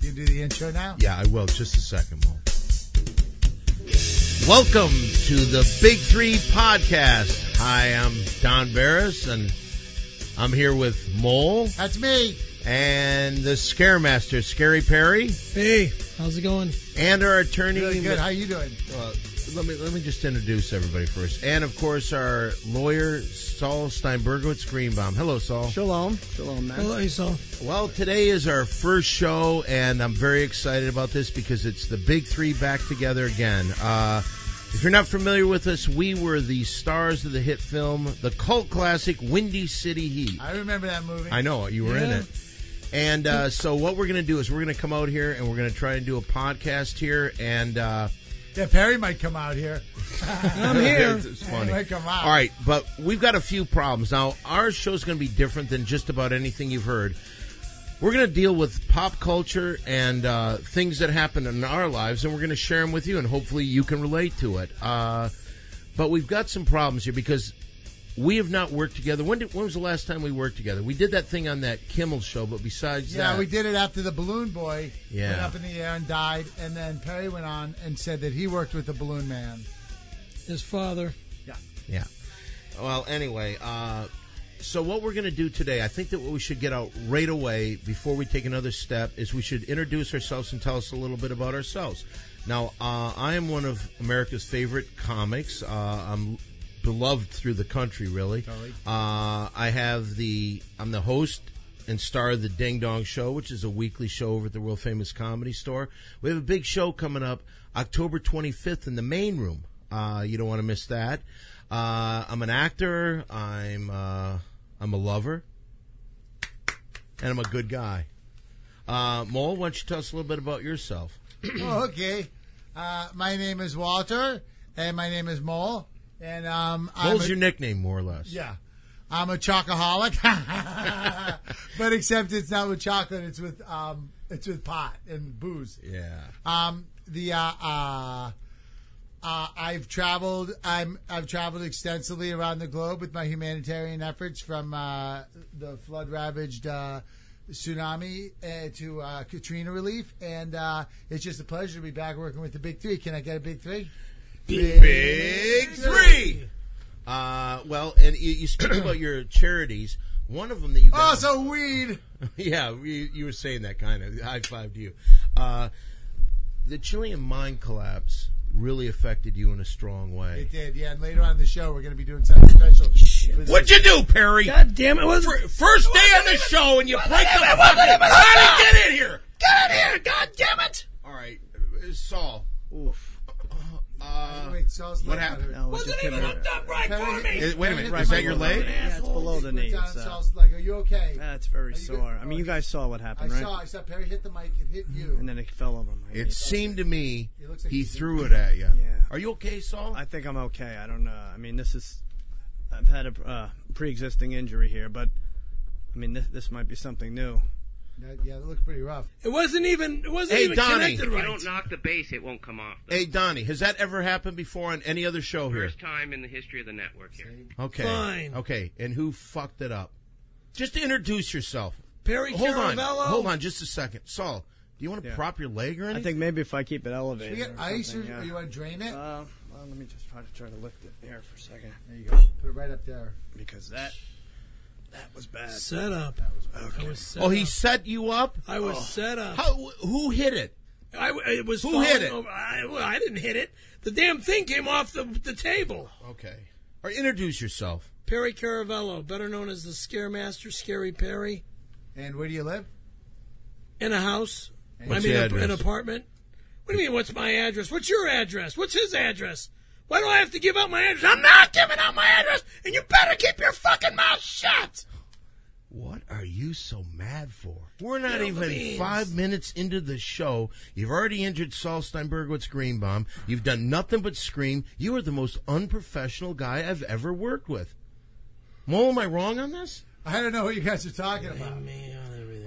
You do the intro now? Yeah, I will. Just a second, Mo. Welcome to the Big Three Podcast. Hi, I'm Don Barris, and I'm here with Mole That's me. and the Scare Master, Scary Perry, Hey, how's it going? and our attorney. Really good. How you doing? Uh, let me let me just introduce everybody first, and of course our lawyer Saul Steinbergowitz Greenbaum. Hello, Saul. Shalom. Shalom, man. Hello, Esau. Well, today is our first show, and I'm very excited about this because it's the big three back together again. Uh, if you're not familiar with us, we were the stars of the hit film, the cult classic Windy City Heat. I remember that movie. I know you were in Yeah. it. And uh, so, what we're going to do is we're going to come out here and we're going to try and do a podcast here. And uh, yeah, Perry might come out here. I'm here. It's funny. Hey, come on. All right, but we've got a few problems. Now, our show's going to be different than just about anything you've heard. We're going to deal with pop culture and uh, things that happen in our lives, and we're going to share them with you, and hopefully you can relate to it. Uh, but we've got some problems here because we have not worked together. When, did, when was the last time we worked together? We did that thing on that Kimmel show, but besides Yeah, that, we did it after the balloon boy Yeah. went up in the air and died, and then Perry went on and said that he worked with the balloon man. His father. Yeah. Well, anyway, uh, so what we're going to do today, I think that what we should get out right away before we take another step is we should introduce ourselves and tell us a little bit about ourselves. Now, uh, I am one of America's favorite comics. Uh, I'm beloved through the country, really. Totally. Uh, I have the I'm the host and star of the Ding Dong Show, which is a weekly show over at the world famous comedy store. We have a big show coming up October 25th in the main room. Uh, you don't want to miss that. Uh, I'm an actor. I'm uh, I'm a lover, and I'm a good guy. Uh, Mole, why don't you tell us a little bit about yourself? oh, okay. Uh, my name is Walter, and my name is Mole, and um, I'm Mole's a- your nickname, more or less. yeah, I'm a chocoholic, but except it's not with chocolate; it's with um, it's with pot and booze. Yeah. Um, the uh, uh, uh, I've traveled. I'm I've traveled extensively around the globe with my humanitarian efforts, from uh, the flood ravaged uh, tsunami uh, to uh, Katrina relief, and uh, it's just a pleasure to be back working with the big three. Can I get a big three? Big Three. Uh, well, and you, you speak about your charities. One of them that you got, Also, weed. yeah, you, you were saying that kind of high five to you. Uh, the Chilean mine collapse really affected you in a strong way. It did, yeah. And later on in the show, we're going to be doing something special. With- What'd you do, Perry? God damn it! Was Fir- First day on the show, and you break the fucking. How did get in here? get in here? God damn it! All right, uh, Saul. Uh, Wait, Saul's What leg got happened? hurt. No, it Oh, just came out. right Perry, is- wait a minute, Perry, is that hit your the leg? microphone. Yeah, it's below the Put knee. down It's, uh, Saul's leg. Are you okay? That's very you good? sore. I mean, you guys saw what I happened, right? saw. I saw Perry hit the mic. It hit you. And then it fell over my It seemed to me It looks like he he's- threw it at you. Yeah. Are you okay, Saul? I think I'm okay. I don't know. I mean, this is. I've had a uh, pre-existing injury here, but I mean, this, this might be something new. That- yeah, it looked pretty rough. It wasn't even. It wasn't Hey, even Donnie. connected If right. you don't knock the base, it won't come off. Hey Donnie, has that ever happened before on any other show here? First time in the history of the network here. Okay. Fine. Okay, and who fucked it up? Just introduce yourself. Perry Hold on. Caravello. Hold on just a second. Saul, do you want to Yeah. prop your leg or I anything? think maybe if I keep it elevated. You get or ice, or, something, yeah. or you want to drain it? Uh, well, let me just try to try to lift it here for a second there you go. Put it right up there. because that that was bad. Set up. I was set Oh, he up. set you up? I was set up. How who hit it? I w it was Who falling hit it? Over. I, well, I didn't hit it. The damn thing came off the, the table. Okay. Or introduce yourself. Perry Caravello, better known as the Scare Master, Scary Perry, And where do you live? in a house. What's I mean, your a- an address? apartment. What do you mean? What's my address? What's your address? What's his address? Why do I have to give out my address? I'm not giving out my address, and you better keep your fucking mouth shut. What are you so mad for? We're not Spill the even beans. five minutes into the show. You've already injured Saul Steinbergowitz Greenbaum. You've done nothing but scream. You are the most unprofessional guy I've ever worked with. Mo, am I wrong on this? I don't know what you guys are talking about.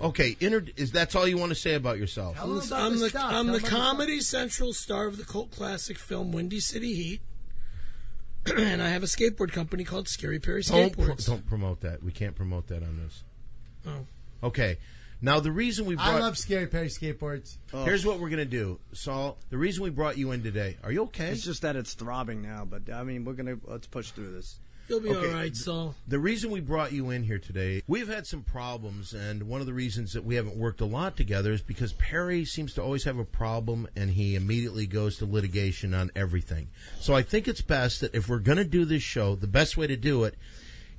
Okay, inter- is that's all you want to say about yourself? Tell I'm them the, about I'm the, stuff. I'm Tell the them about Comedy Central star of the cult classic film Windy City Heat, and I have a skateboard company called Scary Perry Don't pro- Skateboards. don't promote that. We can't promote that on this. Oh. Okay, Now the reason we brought I love scary pair of skateboards. here's what we're gonna do, Saul. The reason we brought you in today. Are you okay? It's just that it's throbbing now, but I mean, we're gonna let's push through this. You'll be Okay. all right, Saul. the reason we brought you in here today, we've had some problems, and one of the reasons that we haven't worked a lot together is because Perry seems to always have a problem, and he immediately goes to litigation on everything. So I think it's best that if we're going to do this show, the best way to do it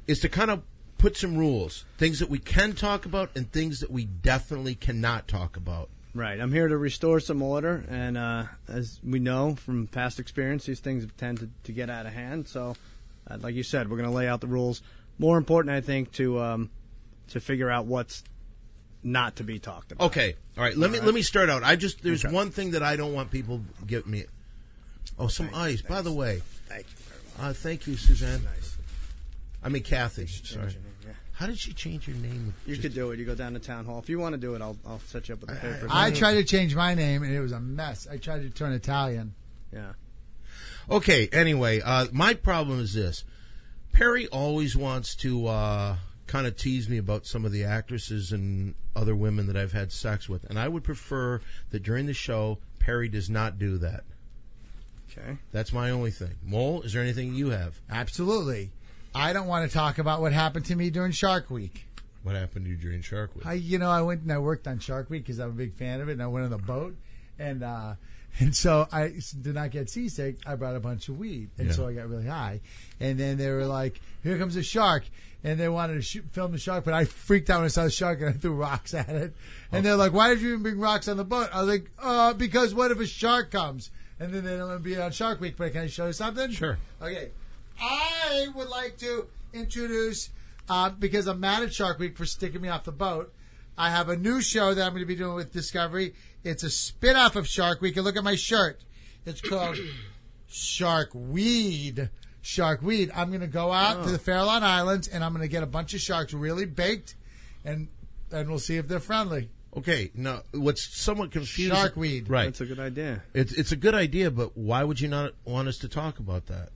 is to kind of put some rules, things that we can talk about, and things that we definitely cannot talk about. Right. I'm here to restore some order, and uh, as we know from past experience, these things tend to, to get out of hand. So, uh, like you said, we're going to lay out the rules. More important, I think, to um, to figure out what's not to be talked Oh. about. Okay, all right. Let me let me start out. I just there's one thing that I don't want people give me. Oh, some ice. By the way, Thank you very much. uh, thank you, Suzanne. Nice. I mean Kathy. Sorry. Yeah. How did she change her name? You could do it. You go down to town hall. If you want to do it, I'll I'll set you up with the papers. I tried to change my name and it was a mess. I tried to turn Italian. yeah. Okay. Anyway, uh, my problem is this: Perry always wants to uh, kind of tease me about some of the actresses and other women that I've had sex with, and I would prefer that during the show Perry does not do that. Okay. That's my only thing. Mole, is there anything you have? Absolutely. I don't want to talk about what happened to me during Shark Week. What happened to you during Shark Week? I, you know, I went and I worked on Shark Week because I'm a big fan of it, and I went on the boat, and uh, and so I s- did not get seasick. I brought a bunch of weed, and Yeah. so I got really high. And then they were like, "Here comes a shark," and they wanted to shoot, film the shark, but I freaked out when I saw the shark and I threw rocks at it. And they're like, "Why did you even bring rocks on the boat?" I was like, "Uh, because what if a shark comes?" And then they don't want to be on Shark Week. But can I show you something? Sure. Okay. I would like to introduce, uh, because I'm mad at Shark Week for sticking me off the boat. I have a new show that I'm going to be doing with Discovery. It's a spin off of Shark Week. And look at my shirt. It's called Shark Weed. Shark Weed. I'm going to go out to the Oh. Farallon Islands and I'm going to get a bunch of sharks really baked and and we'll see if they're friendly. Okay, now what's somewhat confusing. Shark weed. right? That's a good idea. it's it's a good idea, but why would you not want us to talk about that?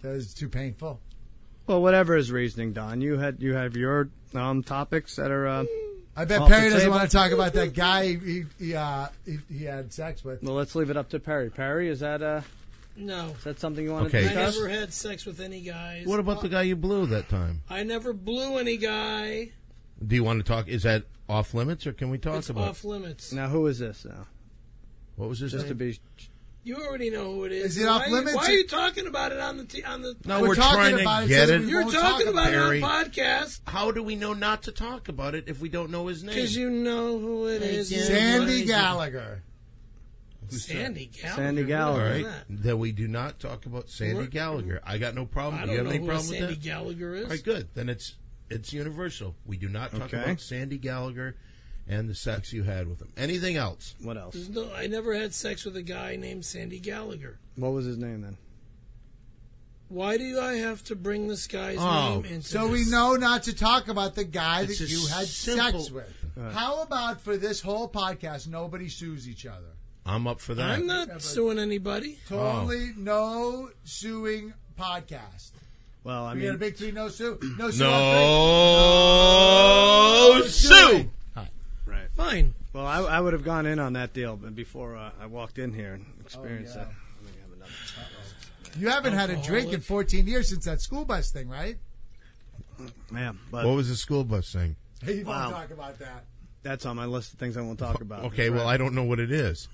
That is too painful. Well, whatever is reasoning, Don. You had you have your um topics that are. Uh, I bet Off the Perry doesn't table. want to talk about that guy he, he, he, uh, he, he had sex with. well, let's leave it up to Perry. Perry, is that uh No. is that something you want Okay. to I discuss? never had sex with any guys. What about the guy you blew that time? I never blew any guy. Do you want to talk? Is that off limits, or can we talk It's about? off limits. Now, who is this now? What was this? Just to name? be. You already know who it is. Is it off Why- limits? Why are you talking about it on the t- on the? no, We're we're, talking trying about it to so get that it. we You're won't talking talk about Barry. it on podcast How do we know not to talk about it if we don't know his name? because you know who it is. Sandy Why- Gallagher. Sandy Gallagher. Sandy Who the All Gallagher. hell is right, that? that we do not talk about Sandy We're- Gallagher. I got no problem. I Do you don't know have any who a problem with Sandy that? Gallagher is. All right, good. Then it's it's universal. We do not talk Okay. about Sandy Gallagher and the sex you had with him. Anything else? What else? There's no, I never had sex with a guy named Sandy Gallagher. Mm-hmm. What was his name then? Why do I have to bring this guy's Oh, name into So this? we know not to talk about the guy It's that you just had simple. sex with. How about for this whole podcast, nobody sues each other? I'm up for that. I'm not suing anybody. Totally no suing podcast. Well, I We got a mean, big three no sue? No sue. on Oh, No, three. Sue. right. Fine. Well, I, I would have gone in on that deal but before uh, I walked in here and experienced yeah. that. I think I have another topic. You haven't had a drink in Alcoholic. 14 years since that school bus thing, right? Yeah, but What was the school bus thing? Hey, you Wow. won't talk about that. that's on my list of things I won't talk about. Okay, well I don't know what it is.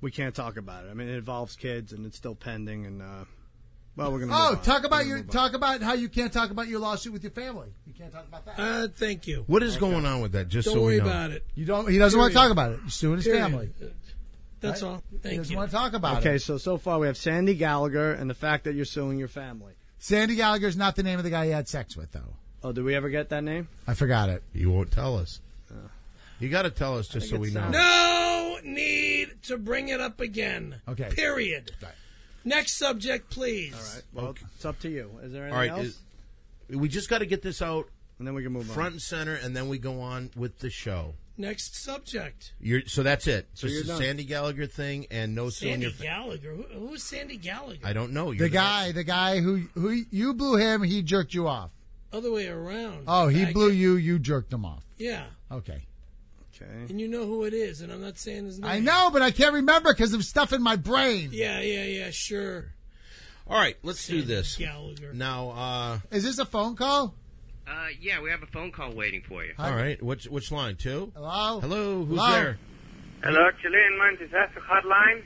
we can't talk about it. I mean, it involves kids and it's still pending. And uh, well, we're gonna. Oh, move on. talk about We're your gonna move on. talk about how you can't talk about your lawsuit with your family. You can't talk about that. Uh, thank you. What is going on with that? Just Don't so worry we know. about it. You don't. He doesn't want to Period. talk about it. He's suing his Period. family. That's all. He Thank doesn't you. want to talk about it. Okay, so so far we have Sandy Gallagher and the fact that you're suing your family. Sandy Gallagher's not the name of the guy he had sex with, though. Oh, did we ever get that name? I forgot it. You won't tell us. You got to tell us just so think we it know. sounds- No need to bring it up again. Okay. Period. Right. Next subject, please. All right. Well, it's up to you. Is there anything All right, else? is- we just got to get this out and then we can move front on. and center, and then we go on with the show. Next subject. You're, so that's it. just you're the done. Sandy Gallagher thing and no Sandy senior. Gallagher. Who, who's Sandy Gallagher? I don't know. You're The guy, the guy who who you blew him, he jerked you off. other way around. Oh, he Faggot. blew you. You jerked him off. Yeah, Okay. Okay. and you know who it is, and I'm not saying his name. I know, but I can't remember because of stuff in my brain. Yeah, yeah, yeah. Sure. All right, let's do this. Gallagher. Now, uh, Is this a phone call? Uh, yeah, we have a phone call waiting for you. all right, which which line? Two. Hello. Hello, who's Hello? there? Hello, Chilean Mine Disaster Hotline.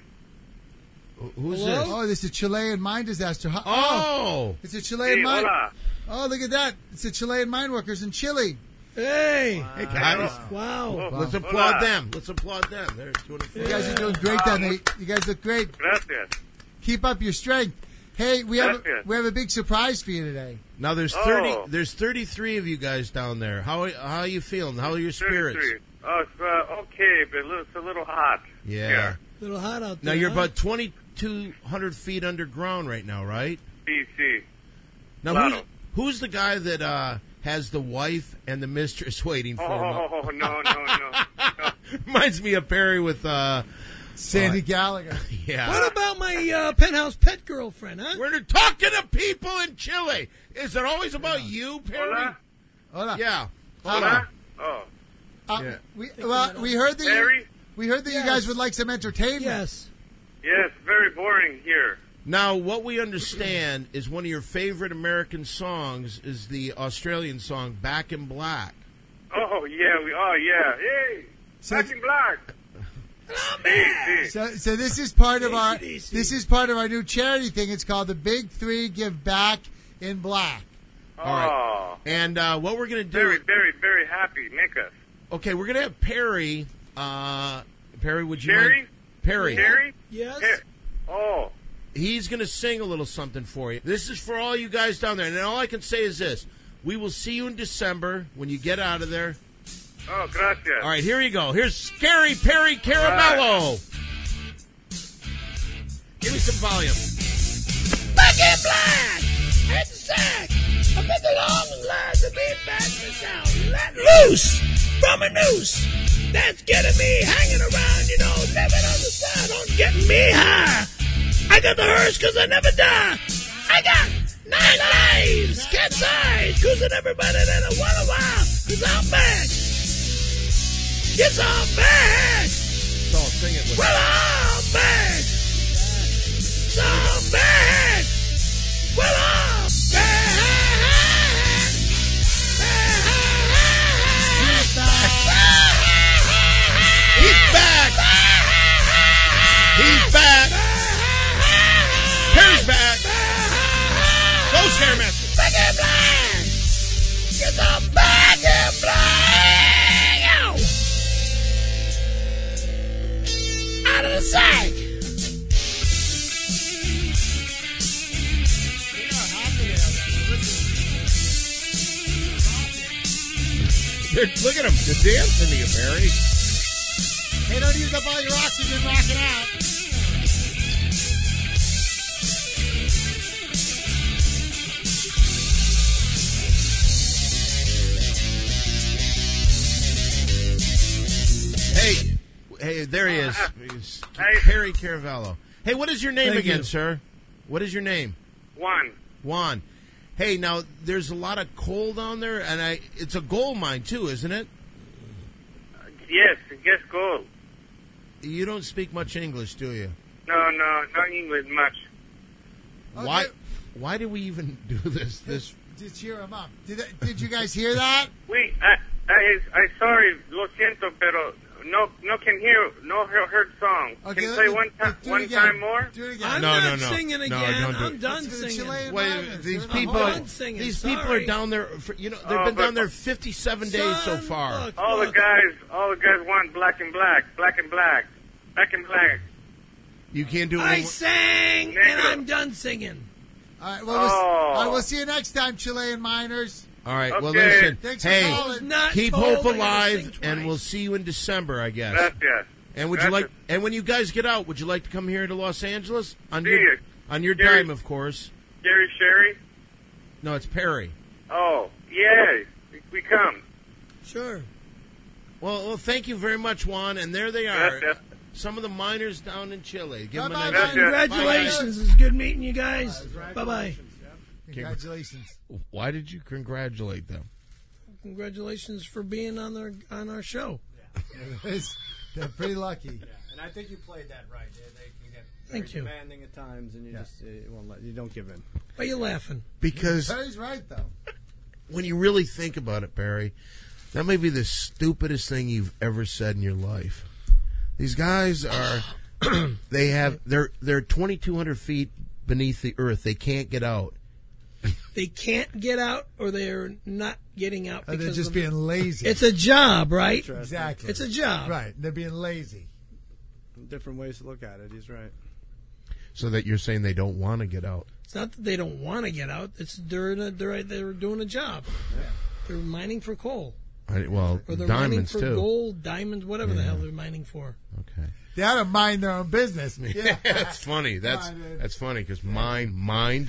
Wh- Who's Hello? this? Oh, this is a Chilean mine disaster. Ho- Oh, it's a Chilean mine. hola. Oh, look at that! It's the Chilean mine workers in Chile. Hey. hey guys, Wow. let's Hola. applaud them. Let's applaud them. They're doing it for You guys are doing great down there. You guys look great. Gracias. Keep up your strength. Hey, we have a, Gracias. we have a big surprise for you today. Now there's Oh. thirty. There's thirty three of you guys down there. How how you feeling? How are your spirits? 33. Oh, it's, uh, okay, but li- it's a little hot. Yeah. Yeah. Little hot out Now there. you're huh? about twenty two hundred feet underground right now, right? BC. Now Claro. who's, who's the guy that uh, has the wife and the mistress waiting for Oh, him? oh, oh, no, no, no. Reminds me of Perry with uh, Sandy Gallagher. yeah. What about my uh, penthouse pet girlfriend, huh? We're talking to people in Chile. Is it always about you, Perry? Hola? Hola. Yeah. Hola? Oh, Uh, Yeah. we, well, we heard that you, Harry? we heard that Yes. you guys would like some entertainment. Yes. Yes, very boring here. Now, what we understand is one of your favorite American songs is the Australian song "Back in Black." Oh, yeah, we are, yeah. Hey, So- back in black. Hey, hey. So, so this is part of our Easy, easy. this is part of our new charity thing. It's called the Big Three Give Back in Black. All right. Oh, And uh, what we're going to do? very, very, very happy. Make us. Okay, we're going to have Perry. Uh, Perry, would you Perry? mind? Perry. Harry? Yes. Hey. Oh, He's going to sing a little something for you. This is for all you guys down there. And all I can say is this: we will see you in December when you get out of there. oh, gracias. All right, here you go. Here's Scary Perry Caramello. Give me some volume. Back in black. It's a sack. I bet the long lines of being bastard sound. Let loose from a noose. That's getting me hanging around, you know, living on the side, on getting me high. I got the hearse cause I never die. I got nine lives, cat's eyes, cruising everybody that I wanna wild, cause I'm back. Yes, I'm back. So I'll sing it with Well, I'm back. So I'm back. Well, I'm back. He's back. He's back. Perry's back. Go, Stairmaster. Back in black. Yes, I'm back in black. Out of the sack. They're, look at him. They're dancing to you, Perry. Hey, don't use up all your oxygen. Rock it out. Hey, hey, there he is. He's Hey. Perry Caravello. Hey, what is your name Thank again, you. sir? What is your name? One. Juan. Hey, now there's a lot of coal down there, and I it's a gold mine too, isn't it? Yes, yes, goal. You don't speak much English, do you? No, no, not English much. Why? Oh, Okay. Why do we even do this? This To cheer him up. Did, did you guys hear that? We, I, I, I, sorry, lo siento, pero no, no can hear, no he- heard song. can you let play me- one time, do it one again. time more? Do it I'm again. No, not no, no. singing No, again. don't do I'm it. done Let's do the singing. Chilean wait, miners. these They're not people, holding. I'm singing, these people sorry. are down there. For, you know, they've Oh, been but- down there fifty-seven days so Son, far. look, All the look. guys, all the guys want black and black, black and black, black and black. You can't do it. I anymore. sang and I'm done singing. All right. Well, we'll, s- Oh. all right, we'll see you next time, Chilean miners. All right. Well, Okay. listen. Thanks for hey, calling. I was not keep told hope I gotta sing alive, twice. and we'll see you in December, I guess. Gracias. and would you Gracias. like? And when you guys get out, would you like to come here to Los Angeles on See your you. on your Gary. dime, of course? Gary Sherry? No, it's Perry. Oh, yay, we, we come. Sure. Well, well, thank you very much, Juan. And there they are. Gracias. Some of the miners down in Chile. Give them a Bye-bye, miners. nice Gracias. Congratulations. It's good meeting you guys. Bye bye. Congratulations. Why did you congratulate them? Congratulations for being on our on our show. They're pretty lucky. And I think you played that right. They, they can get very Thank you. demanding at times, and you just uh, you won't let, you don't give in. Why are you laughing? Because Terry's right though. when you really think about it, Barry, that may be the stupidest thing you've ever said in your life. These guys are they have they're they're twenty two hundred feet beneath the earth. They can't get out. They can't get out, or they're not getting Uh, out. Or they're because just of- being lazy. It's a job, right? exactly. It's a job. Right. They're being lazy. Different ways to look at it. He's right. So that you're saying they don't want to get out. It's not that they don't want to get out. It's they're in a, they're they're doing a job. They're mining for coal, I, well, or they're diamonds mining for too. gold, diamonds, whatever the hell they're mining for. Okay, They ought to mind their own business. Yeah. that's funny. That's Come on, dude. that's funny because mind mind.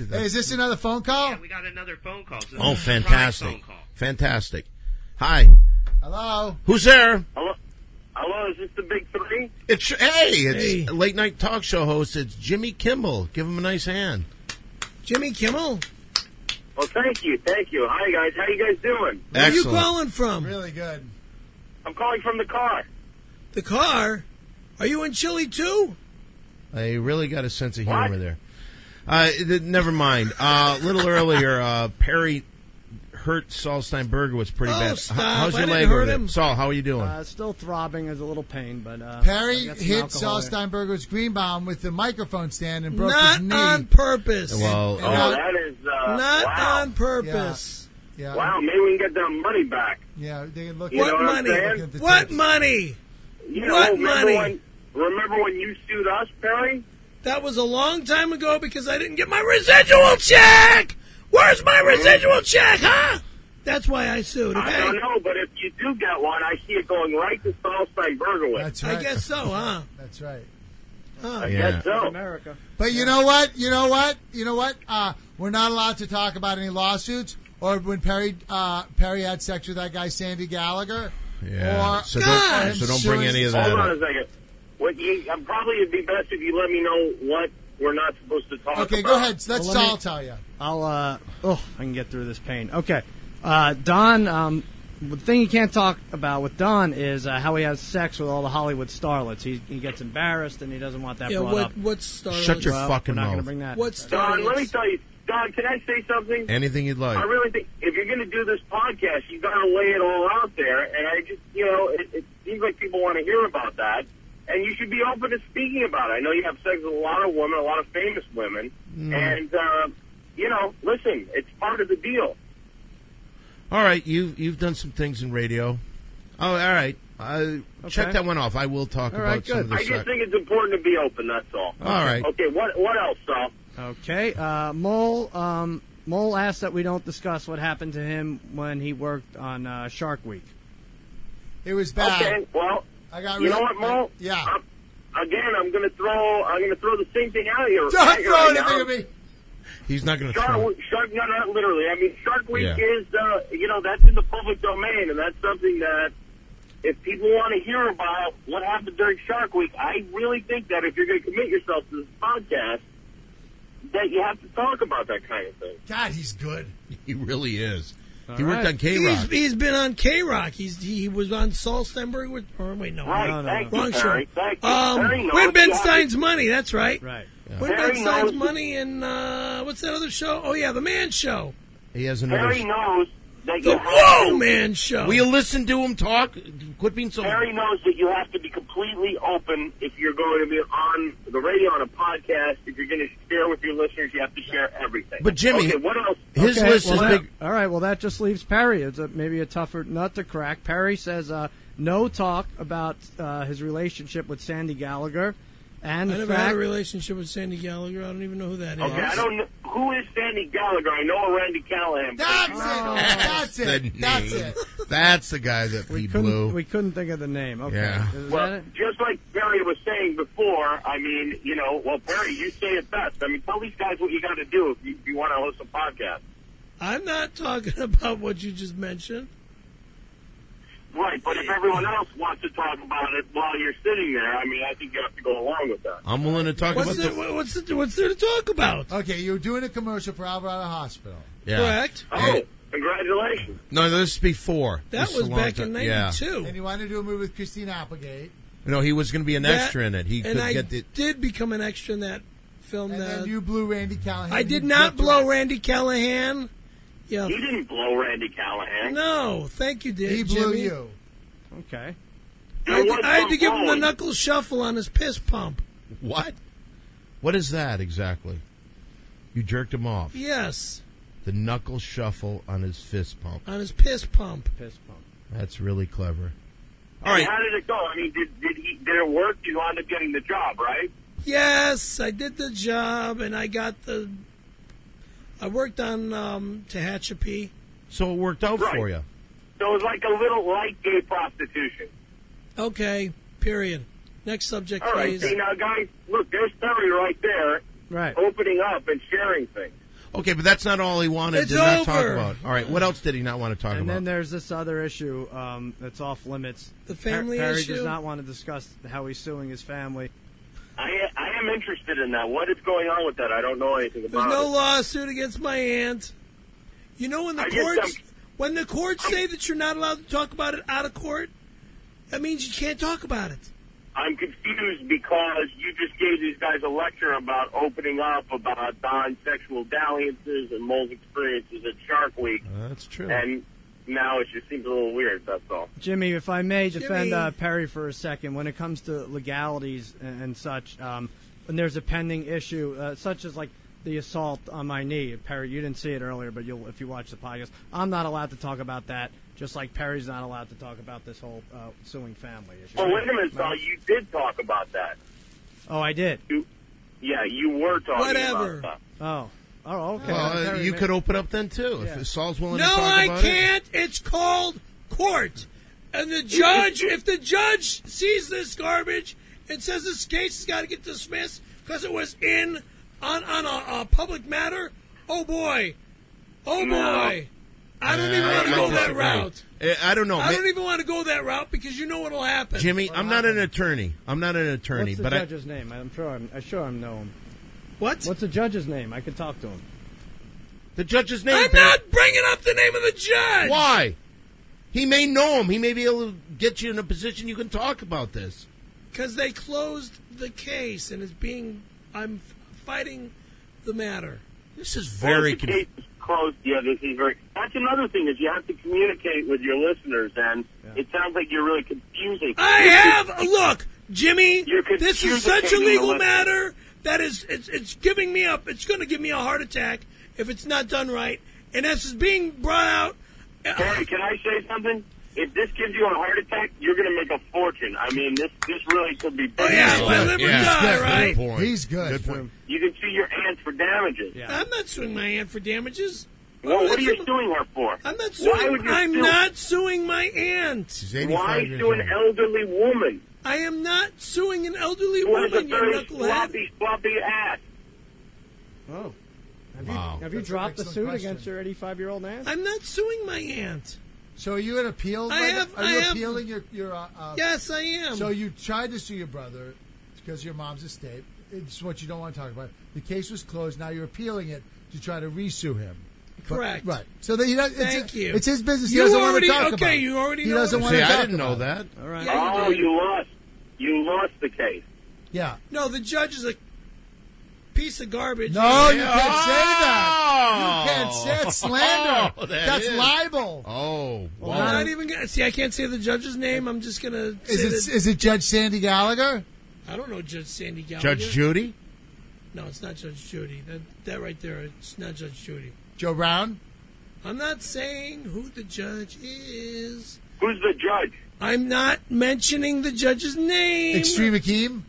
Hey, That's, is this another phone call? Yeah, we got another phone call. So oh, this is a surprise fantastic, Phone call. fantastic. Hi, Hello. who's there? Hello, hello, is this the big three? It's hey, it's Hey. a late night talk show host. It's Jimmy Kimmel. Give him a nice hand. Jimmy Kimmel, Well, thank you, thank you. Hi guys, how you guys doing? where are you calling from? Really good. I'm calling from the car. The car? Are you in Chile too? They really got a sense of What? humor there. Uh, th- never mind. Uh, a little earlier, uh, Perry hurt Saul Steinberger was pretty Oh, bad. H- stop. How's I your didn't leg hurt over there? him. Saul, how are you doing? Uh, still throbbing is a little pain, but uh, I Perry got some hit alcohol Saul there. Steinberger's Greenbaum with the microphone stand and broke Not his knee. on purpose. Uh, well, and- Oh, that is uh, Not wow. um, on purpose. yeah, Wow, maybe we can get that money back. yeah. They can look. You at- know What what I'm money? saying? Look at the What tapes. money? What You know, remember money? When, remember when you sued us, Perry? That was a long time ago because I didn't get my residual check. Where's my residual check, huh? That's why I sued. Okay. Hmm? I don't know, but if you do get one, I see it going right to Saul Steinbergowitz. That's I right. guess so, huh? That's right. Huh. yeah. That's so. America. But you know what? You know what? You know what? Uh, we're not allowed to talk about any lawsuits or when Perry uh, Perry had sex with that guy Sandy Gallagher. yeah. Or So God, don't, so don't bring any of that Hold on a up. second. What you, um, probably it'd be best if you let me know what we're not supposed to talk Okay, about. go ahead. Let's Well, let me- all tell you. I'll uh oh I can get through this pain. Okay, uh, Don. Um, the thing you can't talk about with Don is uh, how he has sex with all the Hollywood starlets. He, he gets embarrassed and he doesn't want that Yeah. brought What? up. What's Star? Shut your Well, fucking we're not mouth. to bring that. What's Star? Don, let me tell you. Don, can I say something? Anything you'd like. I really think if you're going to do this podcast, you got to lay it all out there. And I just, you know, it, it seems like people want to hear about that. And you should be open to speaking about it. I know you have sex with a lot of women, a lot of famous women. Mm. And, uh, you know, listen, it's part of the deal. All right, you've you've done some things in radio. Oh, all right. I check Okay. that one off. I will talk All about right, some of good. the I just side- think it's important to be open, that's all. All right. Okay, what what else, Sal? Okay, uh, Mole. Um, Mole asked that we don't discuss what happened to him when he worked on uh, Shark Week. It was bad. Okay, well, I got. you rid- know what, Mo? Yeah. I'm- again, I'm gonna throw I'm gonna throw the same thing out here. Don't throw Right anything now. at me. He's not going to Shark, throw. Week- Shark, no, not literally. I mean, Shark Week Yeah. is, uh, you know, that's in the public domain, and that's something that if people want to hear about what happened during Shark Week, I really think that if you're going to commit yourself to this podcast, that you have to talk about that kind of thing. God, he's good. He really is. he All worked right. on K He's, Rock. he's been on K Rock. He's he was on Saul Steinberg with or wait no Uh, Right, no, no. thank wrong you, show. Barry. Thank you. Barry Um, knows Win Ben you have to- Stein's money. That's right. Right. Win Barry Ben Stein's knows- money and uh, what's that other show? Oh yeah, the Man Show, He has another. Barry knows that you the have Whoa to, Man Show. Will you listen to him talk? Quit being so. Barry knows that you have to be completely open if you're going to be on the radio on a podcast. If you're going to share with your listeners, you have to share everything. But, Jimmy, okay, what else? His Okay, list well, is that- big. All right, well, that just leaves Perry. It's a, maybe a tougher nut to crack. Perry says uh, no talk about uh, his relationship with Sandy Gallagher, and I the never had fact a relationship with Sandy Gallagher. I don't even know who that is. Okay, I don't know. Who is Sandy Gallagher? I know Randy Callahan. That's it. That's the it. That's name. it. That's the guy that we he couldn't blew. we couldn't think of the name. Okay, Yeah. Is that Well, it? just like Barry was saying before, I mean, you know, well, Barry, you say it best. I mean, tell these guys what you got to do if you, if you want to host a podcast. I'm not talking about what you just mentioned. Right, but if everyone else wants to talk about it while you're sitting there, I mean, I think you have to go along with that. I'm willing to talk What's about the, what's the, what's there to talk about? Okay, you're doing a commercial for Alvarado Hospital. Yeah. Correct. Oh, congratulations. No, this is before. That This is was a long back in time- yeah. '92. And you wanted to do a movie with Christine Applegate. No, he was going to be an extra in it. He and could I get the. did become an extra in that film. And that then you blew Randy Callahan. I did You not flipped blow her- Randy Callahan. Yeah. He didn't blow Randy Callahan. No, thank you, Jimmy. He blew you. Okay. I had, There was to, I had some to give him the blowing. knuckle shuffle on his piss pump. What? What is that exactly? You jerked him off. Yes, The knuckle shuffle on his fist pump. on his piss pump. Piss pump. That's really clever. All right. How did it go? I mean, did, did he did it work? You wound up getting the job, right? Yes, I did the job, and I got the. I worked on um, Tehachapi. So it worked out for Right. you. So it was like a little light gay prostitution. Okay, period. Next subject, All right. please. See now, guys, look, there's Terry right there, Right. Oh, opening up and sharing things. Okay, but that's not all he wanted It's to not talk over. about. All right, what else did he not want to talk And about? then there's this other issue um, that's off limits. The family Perry issue? does not want to discuss how he's suing his family. I I am interested in that. What is going on with that? I don't know anything There's about no it. lawsuit against my aunt. You know when the I guess courts I'm- when the courts say that you're not allowed to talk about it out of court, that means you can't talk about it. I'm confused because you just gave these guys a lecture about opening up about non sexual dalliances and Mole's experiences at Shark Week, Uh, that's true. and now it just seems a little weird. That's all. Jimmy, if I may defend Jimmy. uh, Perry for a second, when it comes to legalities and, and such, um, when there's a pending issue, uh, such as like the assault on my knee, Perry, you didn't see it earlier, but you'll if you watch the podcast, I'm not allowed to talk about that. Just like Perry's not allowed to talk about this whole uh, suing family issue. Well, wait a minute, Sal. You did talk about that. Oh, I did. Yeah, you were talking Whatever. about that. Oh, oh, okay. well, uh, Perry you may- could open up then too Yeah. if Saul's willing to No, talk I about can't. It's called court. And the judge, if the judge sees this garbage and says this case has got to get dismissed because it was in on on a, a public matter, oh boy, oh No. boy, I don't even I- want to I go that disagree. route. it. Uh, I don't know, I Ma- don't even want to go that route because you know what'll happen. Jimmy. I'm not an attorney. I'm not an attorney, What's the but I, judge's name? I'm sure I'm, I'm sure I know him. What? What's the judge's name? I could talk to him. the judge's name. I'm Perry. not bringing up the name of the judge. Why? He may know him. He may be able to get you in a position you can talk about this. Because they closed the case and it's being. I'm f- fighting the matter. This is Well, very if the confusing. case is closed. Yeah, this is very. That's another thing is you have to communicate with your listeners, and it sounds like you're really confusing. I have look, Jimmy. You're This is confusing such a the legal listener. matter that is it's, it's giving me up. It's going to give me a heart attack if it's not done right. And this is being brought out. uh, Terry, can I say something? If this gives you a heart attack, you're going to make a fortune. I mean, this this really could be big. Oh, yeah, He's well, good. live or Yeah. die, Good right? point. He's good. Good point. You can sue your aunt for damages. Yeah. Uh, I'm not suing my aunt for damages. Well, Why would what I are you sue- suing her for? I'm not Why would suing. you I'm sue? not suing my aunt. He's 85 Why years sue an old. elderly woman I am not suing an elderly who has a woman, you very knucklehead. sloppy, sloppy ass? Oh. Have Wow. you, have you That's an dropped the excellent suit question. against your 85 year old aunt? I'm not suing my aunt. So are you an appeal? I by the- have- Are I you have- appealing your your? Uh, uh, Yes, I am. So you tried to sue your brother because your mom's estate. It's what you don't want to talk about. The case was closed. Now you're appealing it to try to resue him. But- Correct. right. So that he does, it's, Thank you. It's his business. He You doesn't already- want to talk okay, about. it. you already He know doesn't this. want See, to talk I didn't about know it. that. All right. Yeah, Oh, did. you lost. You lost the case. Yeah. No, the judge is a piece of garbage. No, you Yeah. can't say that. Oh. You can't say that's slander. Oh, that that's is. libel. Oh, wow. I'm not even gonna see. I can't say the judge's name. I'm just gonna. Say Is it that- is it Judge Sandy Gallagher? I don't know Judge Sandy Gallagher. Judge Judy? No, it's not Judge Judy. That that right there. It's not Judge Judy. Joe Brown? I'm not saying who the judge is. Who's the judge? I'm not mentioning the judge's name. Extreme Akeem?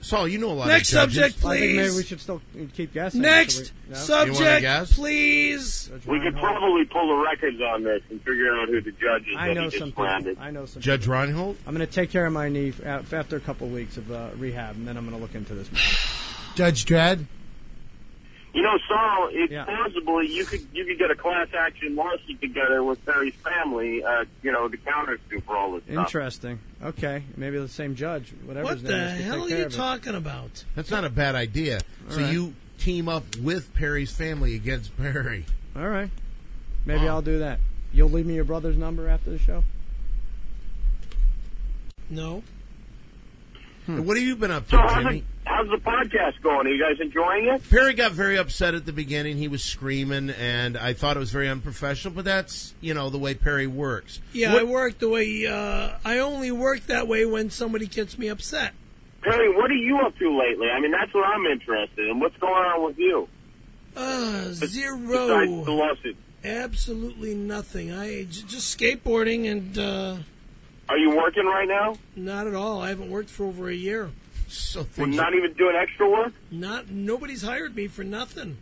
Saul, you know a lot Next of judges. subject, I think maybe we please. should still keep guessing. Next Should we- no? You wanna subject, guess? Uh, please. Judge We could Reinhold. probably pull the records on this and figure out who the judge is. I that he know just some slandered. people. I know some. Judge Reinhold? I'm going to take care of my knee f- af- after uh, a couple weeks of uh, rehab, and then I'm going to look into this. Judge Dredd? You know, Saul, it's Yeah. possible you could you could get a class action lawsuit together with Barry's family, uh, you know, to countersue for all this stuff. Interesting. Okay, maybe the same judge, whatever. his name What the is, could hell take are care you of it. talking about? That's not a bad idea. so right. you team up with Perry's family against Perry. All right, maybe I'll do that. You'll leave me your brother's number after the show. No. What have you been up So to, how's, Jimmy? the, how's the podcast going? Are you guys enjoying it? Perry got very upset at the beginning. He was screaming, and I thought it was very unprofessional. But that's you know the way Perry works. Yeah, What- I work the way. Uh, I only work that way when somebody gets me upset. Perry, what are you up to lately? I mean, that's what I'm interested in. What's going on with you? Uh, Oh. Besides the zero. lawsuit. Absolutely nothing. I j- just skateboarding and uh, Are you working right now? not at all. I haven't worked for over a year. so We're things not even doing extra work? Not nobody's hired me for nothing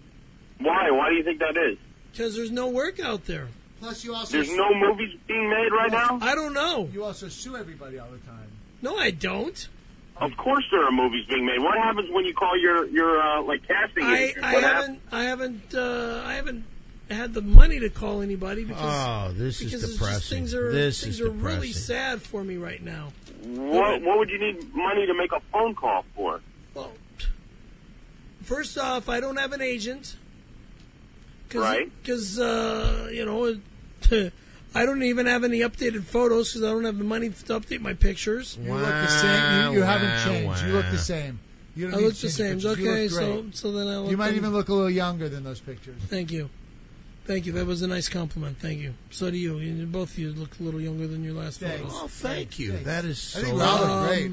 Why? Why do you think that is? because there's no work out there. Plus, you also There's no movies being made right now? I don't know. you also sue everybody all the time. No, I don't. Of course there are movies being made. What happens when you call your, your uh, like, casting I, agent? I What happens? haven't. I haven't. Uh, I haven't had the money to call anybody because. Oh, this Because is it's just depressing. things are this things is are depressing. really sad for me right now. What, what would you need money to make a phone call for? Well, first off, I don't have an agent. Cause, Right. Because, uh, you know, I don't even have any updated photos because I don't have the money to update my pictures. You look the same. You, you haven't changed. You look the same. You don't I need look to the change same. your pictures. You Okay, look so, great. so then I look. you might them- even look a little younger than those pictures. Thank you. Thank you. That was a nice compliment. Thank you. So do you. you both of you look a little younger than your last Thanks. photos. Oh, thank you. That is I so. think we all Um, look great.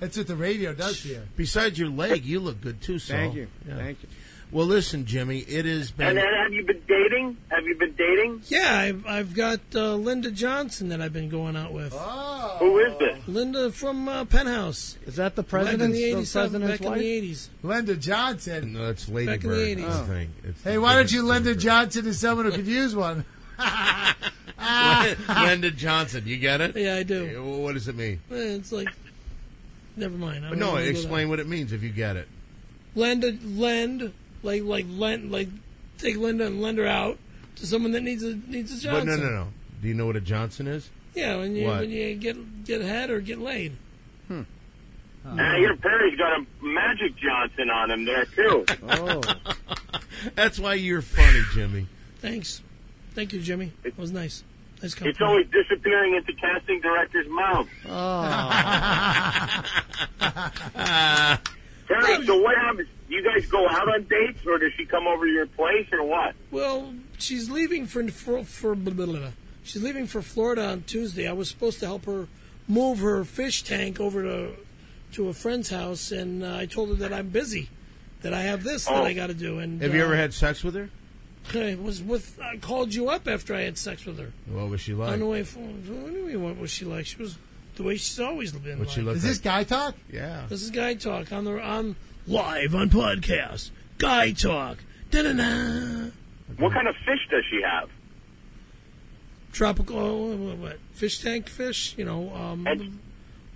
That's what the radio does here. Besides your leg, you look good too. Saul. Thank you. Yeah. Thank you. Well, listen, Jimmy. It has And been. then have you been dating? Have you been dating? Yeah, I've, I've got uh, Linda Johnson that I've been going out with. Oh, Who is this? Linda from uh, Penthouse. Is that the Back in president's, the the 80s. president's Back in wife? the 80s. Linda Johnson. No, it's Lady Back in the Bird. 80s. I think. It's Hey, the why don't biggest you Linda Bird. Johnson to someone who could use one? Linda Johnson? You get it? Yeah, I do. Yeah, well, What does it mean? Eh, It's like, never mind. I don't No, wanna go explain what it means if you get it. there. Lend, a, lend, like, like, lend, like, take Linda and lend her out to someone that needs a needs a But Johnson. no, no, no. Do you know what a Johnson is? Yeah, when you What? when you get get head or get laid. Now your Perry's got a Magic Johnson on him there too. Oh, That's why you're funny, Jimmy. Thanks, thank you, Jimmy. It was nice. Nice It's compliment. always disappearing into casting directors' mouths. Perry, so what happens? You guys go out on dates, or does she come over to your place, or what? well, she's leaving for for, for blah, blah, blah, blah. she's leaving for Florida on Tuesday. I was supposed to help her move her fish tank over to to a friend's house, and uh, I told her that I'm busy, that I have this that Oh. I got to do. And Have you uh, ever had sex with her? I was with. I called you up after I had sex with her What was she on like? the way. From, what do you mean? What was she like? She was the way she's always been. What like. she looked Is this like? guy talk? Yeah. This is Guy Talk on the on live on podcast. Guy Talk. Da-da-da. What kind of fish does she have? Tropical. uh, What, what? Fish tank fish. You know. Um. And-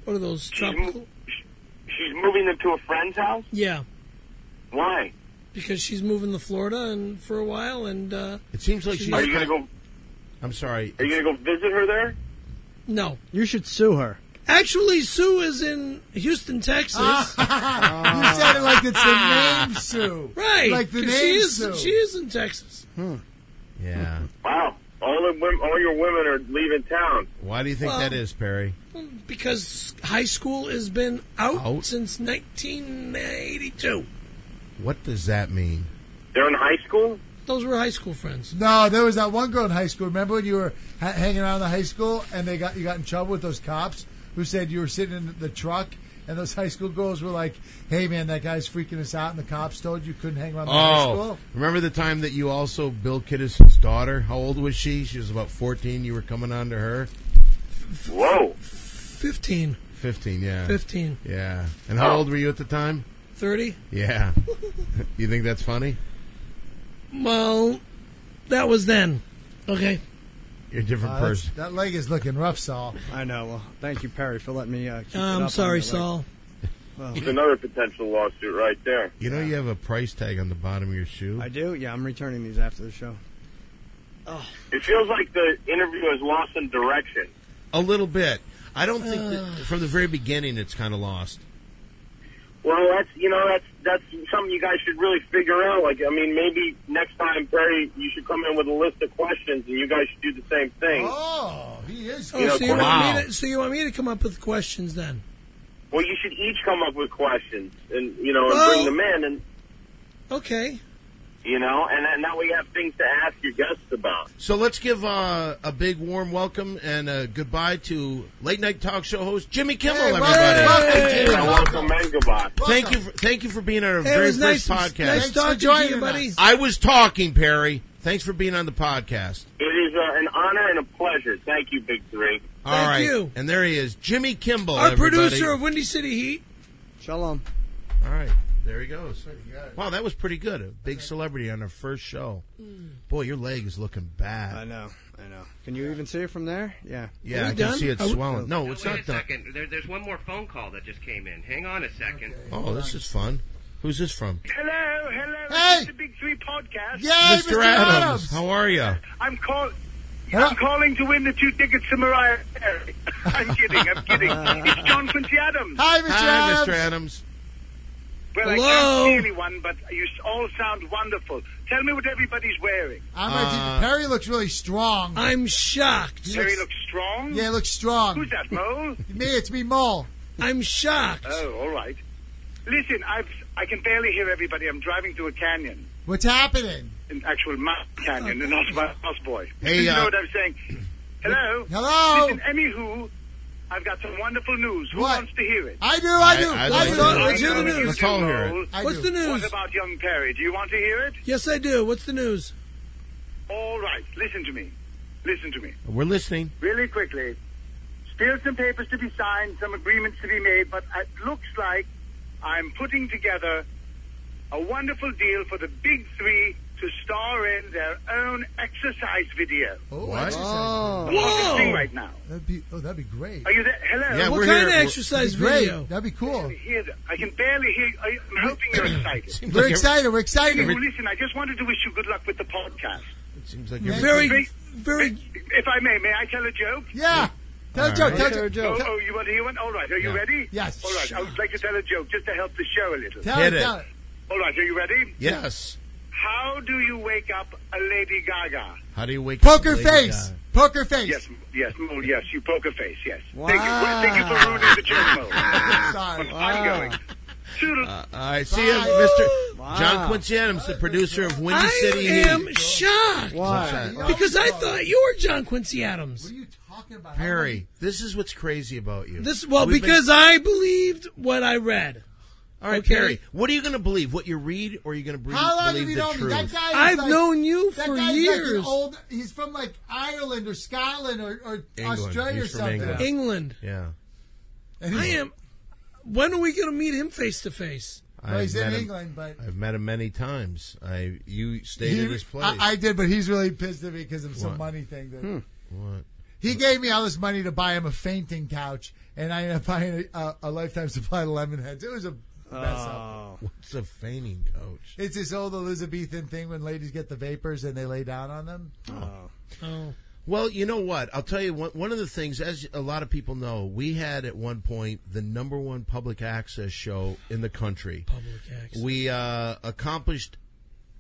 What are those She's, tropical? mo- sh- she's moving them to a friend's house. Yeah, Why? because she's moving to Florida and for a while, and uh, It seems like she's. Are you gonna go? I'm sorry. Are you gonna go visit her there? no. you should sue her. Actually, Sue is in Houston, Texas. Uh, you said it like it's the name Sue. right. Like the 'cause name she is. Sue. She is in Texas. Yeah. Wow! All the women, all your women are leaving town. Why do you think Well- that is, Perry? Because high school has been out, Out? since 1982. What does that mean? They're in high school. Those were high school friends. No, there was that one girl in high school. Remember when you were ha- hanging around the high school and they got you got in trouble with those cops who said you were sitting in the truck and those high school girls were like, "Hey man, that guy's freaking us out," and the cops told you couldn't hang around the high Oh, school. remember the time that you also Bill Kittison's daughter? How old was she? She was about 14. You were coming on to her. Whoa! 15, 15. Yeah. 15, Yeah. And how Oh. old were you at the time? 30. Yeah. you think that's funny? Well, that was then. Okay. You're a different Uh, that's- person. that leg is looking rough, Saul. I know. Well, thank you, Perry, for letting me. Uh, keep it up I'm on sorry, the leg. Saul. It's another potential lawsuit right there. You know you have a price tag on the bottom of your shoe. I do. Yeah, I'm returning these after the show. It feels like the interview has lost some direction. A little bit. I don't think Uh. that from the very beginning it's kind of lost. Well, that's you know that's that's something you guys should really figure out. Like, I mean, maybe next time, Perry, you should come in with a list of questions, and you guys should do the same thing. Oh, he is. Oh, so, you Wow. want me to, so you want me to come up with questions then? Well, you should each come up with questions, and you know, and Well- bring them in, and Okay. you know, and, and that way you have things to ask your guests about. So let's give uh, a big warm welcome and a goodbye to late night talk show host Jimmy Kimmel, Hey, everybody. welcome, Jimmy. And welcome and goodbye. Thank you, for, thank you for being on our Hey, it very was first nice, podcast. nice for talking to joining you, buddy. us. I was talking, Perry. Thanks for being on the podcast. It is uh, an honor and a pleasure. Thank you, Big Three. All right, Thank you. and there he is, Jimmy Kimball, Our everybody. producer of Windy City Heat. Shalom. All right, there he goes. Wow, that was pretty good. A big celebrity on our first show. Boy, your leg is looking I bad. know. I know. Can you even see it from there? Yeah. Yeah, Are we I can done? see it Are we- swelling. No, Wait Oh, it's not a done. second. There, there's one more phone call that just came in. Hang on a second. Oh, this is fun. Who's this from? Hello, hello. Hey. This is the Big Three podcast. Yay, Mr. Adams. How are you? I'm call. Hello. I'm calling to win the two tickets to Mariah Carey. I'm kidding. I'm kidding. It's John Quincy Adams. Hi, Mr. Hi, Adams. Mr. Adams. Well, I Hello. can't see anyone, but you s- all sound wonderful. Tell me what everybody's wearing. I'm ready- Uh, Perry looks really strong. I'm shocked. Perry looks strong. yeah, he looks strong. Who's that, Mo? Me, it's me, Mole. I'm shocked. oh, all right. Listen, I've I can barely hear everybody. I'm driving through a canyon, What's happening? an actual mountain canyon, and not my house boy. Hey, you uh, know what I'm saying? Hello. Hello? Listen, anywho, I've got some wonderful news. Who What? wants to hear it? I do, I do. I- I, I'd do. like to know. Let's hear the news. Let's all hear it. I What's do. the news? What about young Perry? Do you want to hear it? Yes, I do. What's the news? All right, listen to me. Listen to me. We're listening. Really quickly. Still some papers to be signed, some agreements to be made, but it looks like I'm putting together a wonderful deal for the big three to star in their own exercise video. Oh, What? exercise. Oh, It's Whoa! thing right now. That'd be, oh, that'd be great. Are you there? Hello? Yeah, What We're kind here. of We're- exercise Great. video? That'd be I, cool. can hear that. I can barely hear you. I- I'm hoping you're excited. Seems We're like excited. We're excited. Anywho, listen, I just wanted to wish you good luck with the podcast. Every, it seems like Very- every- Very, very. If I may, may I tell a joke? yeah. Tell All Joe. right. Tell Tell Joe. Joe. Oh, oh, you want to hear one? All right, are you Yeah. ready? Yes. All right, I would like to tell a joke just to help the show a little. Tell Hit it. it. Tell it. All right, are you ready? Yes. How do you wake up a Lady Gaga? How do you wake up? Poker Lady face. Gaga? Poker face. Yes, yes, Mo, yes, you poker face, yes. Thank, you, well, thank you for ruining the joke, Mo. Sorry. I'm going. Toodle- Uh, all right. See you, Bye. Mr. Wow. John Quincy Adams, the producer of Windy I City. am Heat. shocked What's Why? that? because I thought you were John Quincy What Adams. are you talking about? Perry, this is what's crazy about you. This well We've been- because I believed what I read. all right, okay. Perry, what are you going to believe? What you read, or are you going to believe, How long have believe you the known me? truth? That guy is I've like, known you that for guy's Like years. an old, he's from like Ireland or Scotland or, or England. Australia He's or from something. England. England. yeah, And I he's- am. When are we going to meet him face to face? well, Oh, he's I've in met him- England, but I've met him many times. I you stayed He- at his place. I, I did, but he's really pissed at me because of some What? money thing. That What? he gave me all this money to buy him a fainting couch, and I ended up buying a, a, a lifetime supply of lemon heads. It was a mess up. Oh. What's a feigning coach? It's this old Elizabethan thing when ladies get the vapors and they lay down on them. Oh, Well, you know what? I'll tell you one, one of the things, as a lot of people know, we had at one point the number one public access show in the country. public access. We uh, accomplished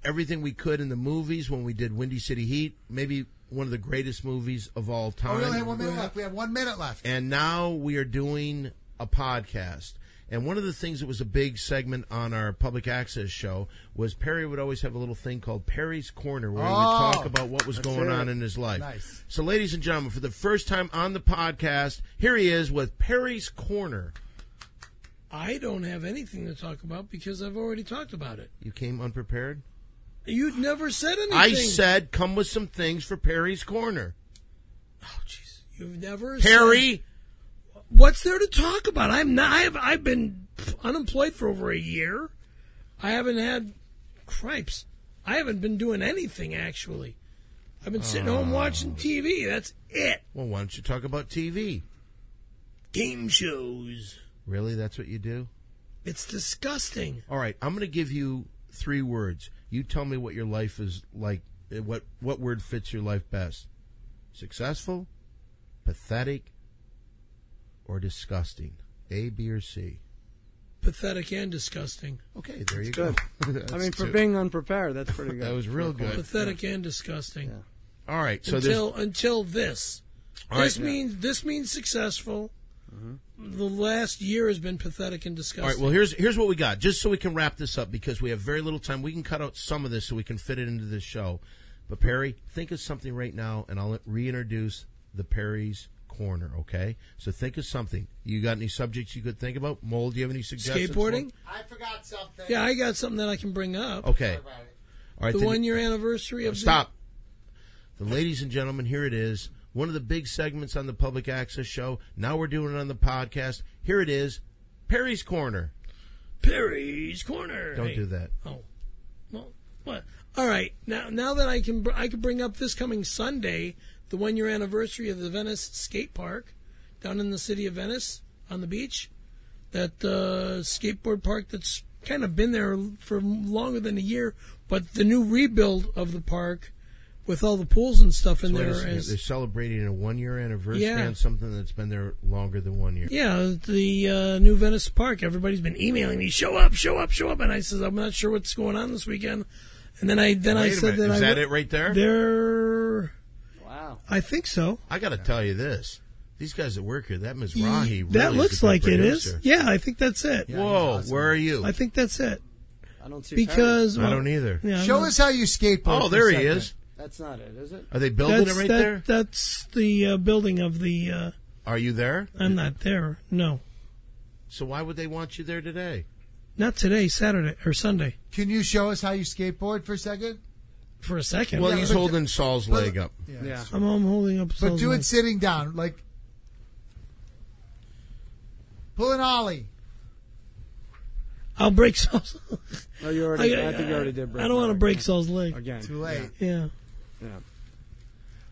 everything we could in the movies when we did Windy City Heat, maybe one of the greatest movies of all Oh, time. we only have one minute left. We have one minute left. and now we are doing a podcast. And one of the things that was a big segment on our public access show was Perry would always have a little thing called Perry's Corner where he Oh, would talk about what was going it. on in his life. Nice. So, ladies and gentlemen, for the first time on the podcast, here he is with Perry's Corner. I don't have anything to talk about because I've already talked about it. You came unprepared? You'd never said anything. I said, come with some things for Perry's Corner. Oh, jeez. You've never. said- Perry, what's there to talk about? I'm not. I have. I've been unemployed for over a year. I haven't had cripes. I haven't been doing anything actually. I've been sitting Oh. home watching TV. That's it. well, why don't you talk about TV? Game shows. Really? That's what you do? It's disgusting. All right, I'm going to give you three words. You tell me what your life is like. uh, What what word fits your life best? Successful, pathetic, or disgusting? A, B, or C? Pathetic and disgusting. Okay, there you Good. go. I That's mean, for two. being unprepared, that's pretty good. that was real good. Pathetic and disgusting. All right, so there's until until this. All right. Mm-hmm. this means this means successful. The last year has been pathetic and disgusting. All right. Well, here's here's what we got. Just so we can wrap this up because we have very little time. We can cut out some of this so we can fit it into this show. But Perry, think of something right now, and I'll reintroduce the Perry's corner. Okay. So think of something. You got any subjects you could think about? Mole, do you have any suggestions? Skateboarding? I forgot something. Yeah, I got something that I can bring up. Okay. About it. All right. The then- one year anniversary of the- Oh, Stop. The ladies and gentlemen, here it is. One of the big segments on the public access show. Now we're doing it on the podcast. Here it is. Perry's corner. Perry's Corner. Don't Hey. do that. Oh, well, what? All right. Now, now that I can, br- I can bring up this coming Sunday, the one year anniversary of the Venice Skate Park, down in the city of Venice on the beach. That uh, skateboard park that's kind of been there for longer than a year, but the new rebuild of the park with all the pools and stuff in Wait there a second. is- They're celebrating a one year anniversary Yeah. on something that's been there longer than one year. Yeah, the uh, new Venice Park. Everybody's been emailing me, show up, show up, show up, and I says I'm not sure what's going on this weekend. And then I then I Wait a said minute. that Is I that wa- it right there? There, Wow. I think so. I got to tell you this. These guys that work here, that Ms. Rahi really that is a looks good like it is. producer. Yeah, I think that's it. Whoa, where are you? I think that's it I don't see because I don't either. well, yeah, Show no, us how you skateboard. Oh, for there a he second. is. That's not it, is it? Are they building That's it right that- there? That's the uh, building of the. Uh, Are you there? I'm not there. No, So why would they want you there today? not today. Saturday or Sunday Can you show us how you skateboard for a second? for a second. Well, Yeah, he's but- holding Saul's but- leg up. Yeah. I'm, I'm holding up. But do it Salisbury. sitting down, like pull an ollie. I'll break Saul's. No, Oh, you already. I, think you already did. I don't want to break Saul's leg. again. Too late. Yeah.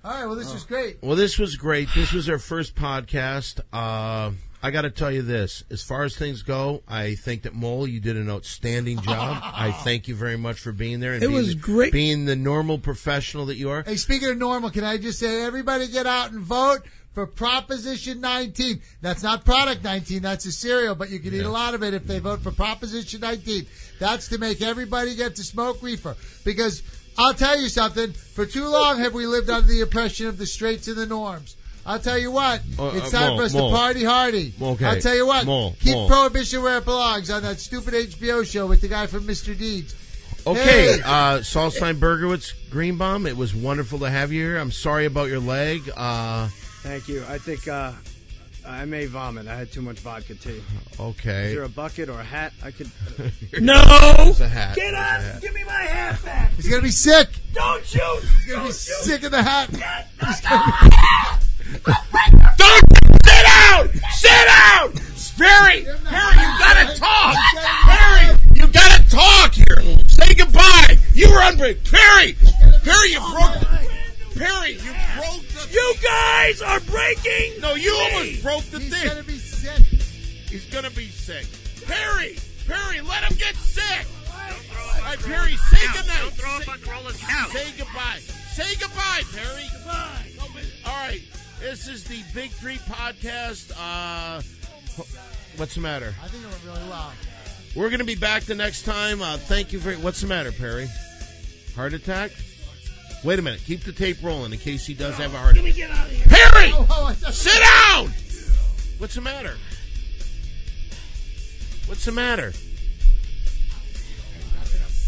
All right. Well, this was great. Well, this was great. This was our first podcast. Uh, I got to tell you this. As far as things go, I think that Mole, you did an outstanding job. I thank you very much for being there. And It being was the- great. being the normal professional that you are. Hey, speaking of normal, can I just say everybody get out and vote for Proposition 19? That's not product 19, that's a cereal, but you can eat a lot of it if they vote for Proposition 19. That's to make everybody get to smoke reefer. Because I'll tell you something, for too long have we lived under the oppression of the straits and the norms. I'll tell you what, Uh, it's uh, time Mo, for us Mo. to party hardy. Okay. I'll tell you what, Mo, keep Mo. prohibition where it belongs on that stupid HBO show with the guy from Mr. Deeds. Okay, Hey. uh, Saul Steinbergowitz, Greenbaum, it was wonderful to have you here. I'm sorry about your leg. Uh, Thank you. I think uh, I may vomit. I had too much vodka too. Is okay. there a bucket or a hat? I could. No. It's a hat. Get It's a up! hat. Give me my hat back! He's going to be sick. Don't shoot! He's going to be Don't shoot! sick in the hat. Don't sit down! Sit down! Perry, Perry, you gotta talk! Perry, you gotta talk here! Say goodbye! You were unbreak! Perry! Perry, you broke Perry, you broke the You guys are breaking! No, you almost broke the He's thing! going to be sick. He's gonna be sick. Perry! Perry, let him get sick! All right, Perry, say goodnight! Say- Say goodbye. Say goodbye, Perry. Goodbye. All right, this is the Big Three Podcast. Uh, what's the matter? I think it went really well. We're going to be back the next time. Uh, thank you very What's the matter, Perry? Heart attack? Wait a minute. Keep the tape rolling in case he does have a heart attack. Perry! Oh, oh, I thought- Sit down! What's the matter? What's the matter?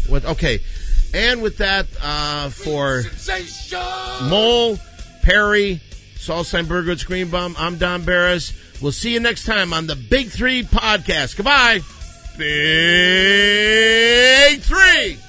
What? Okay. And with that, uh, for Mole, Perry, Saul Steinbergowitz, Greenbaum, I'm Don Barris. We'll see you next time on the Big Three Podcast. Goodbye. Big Three.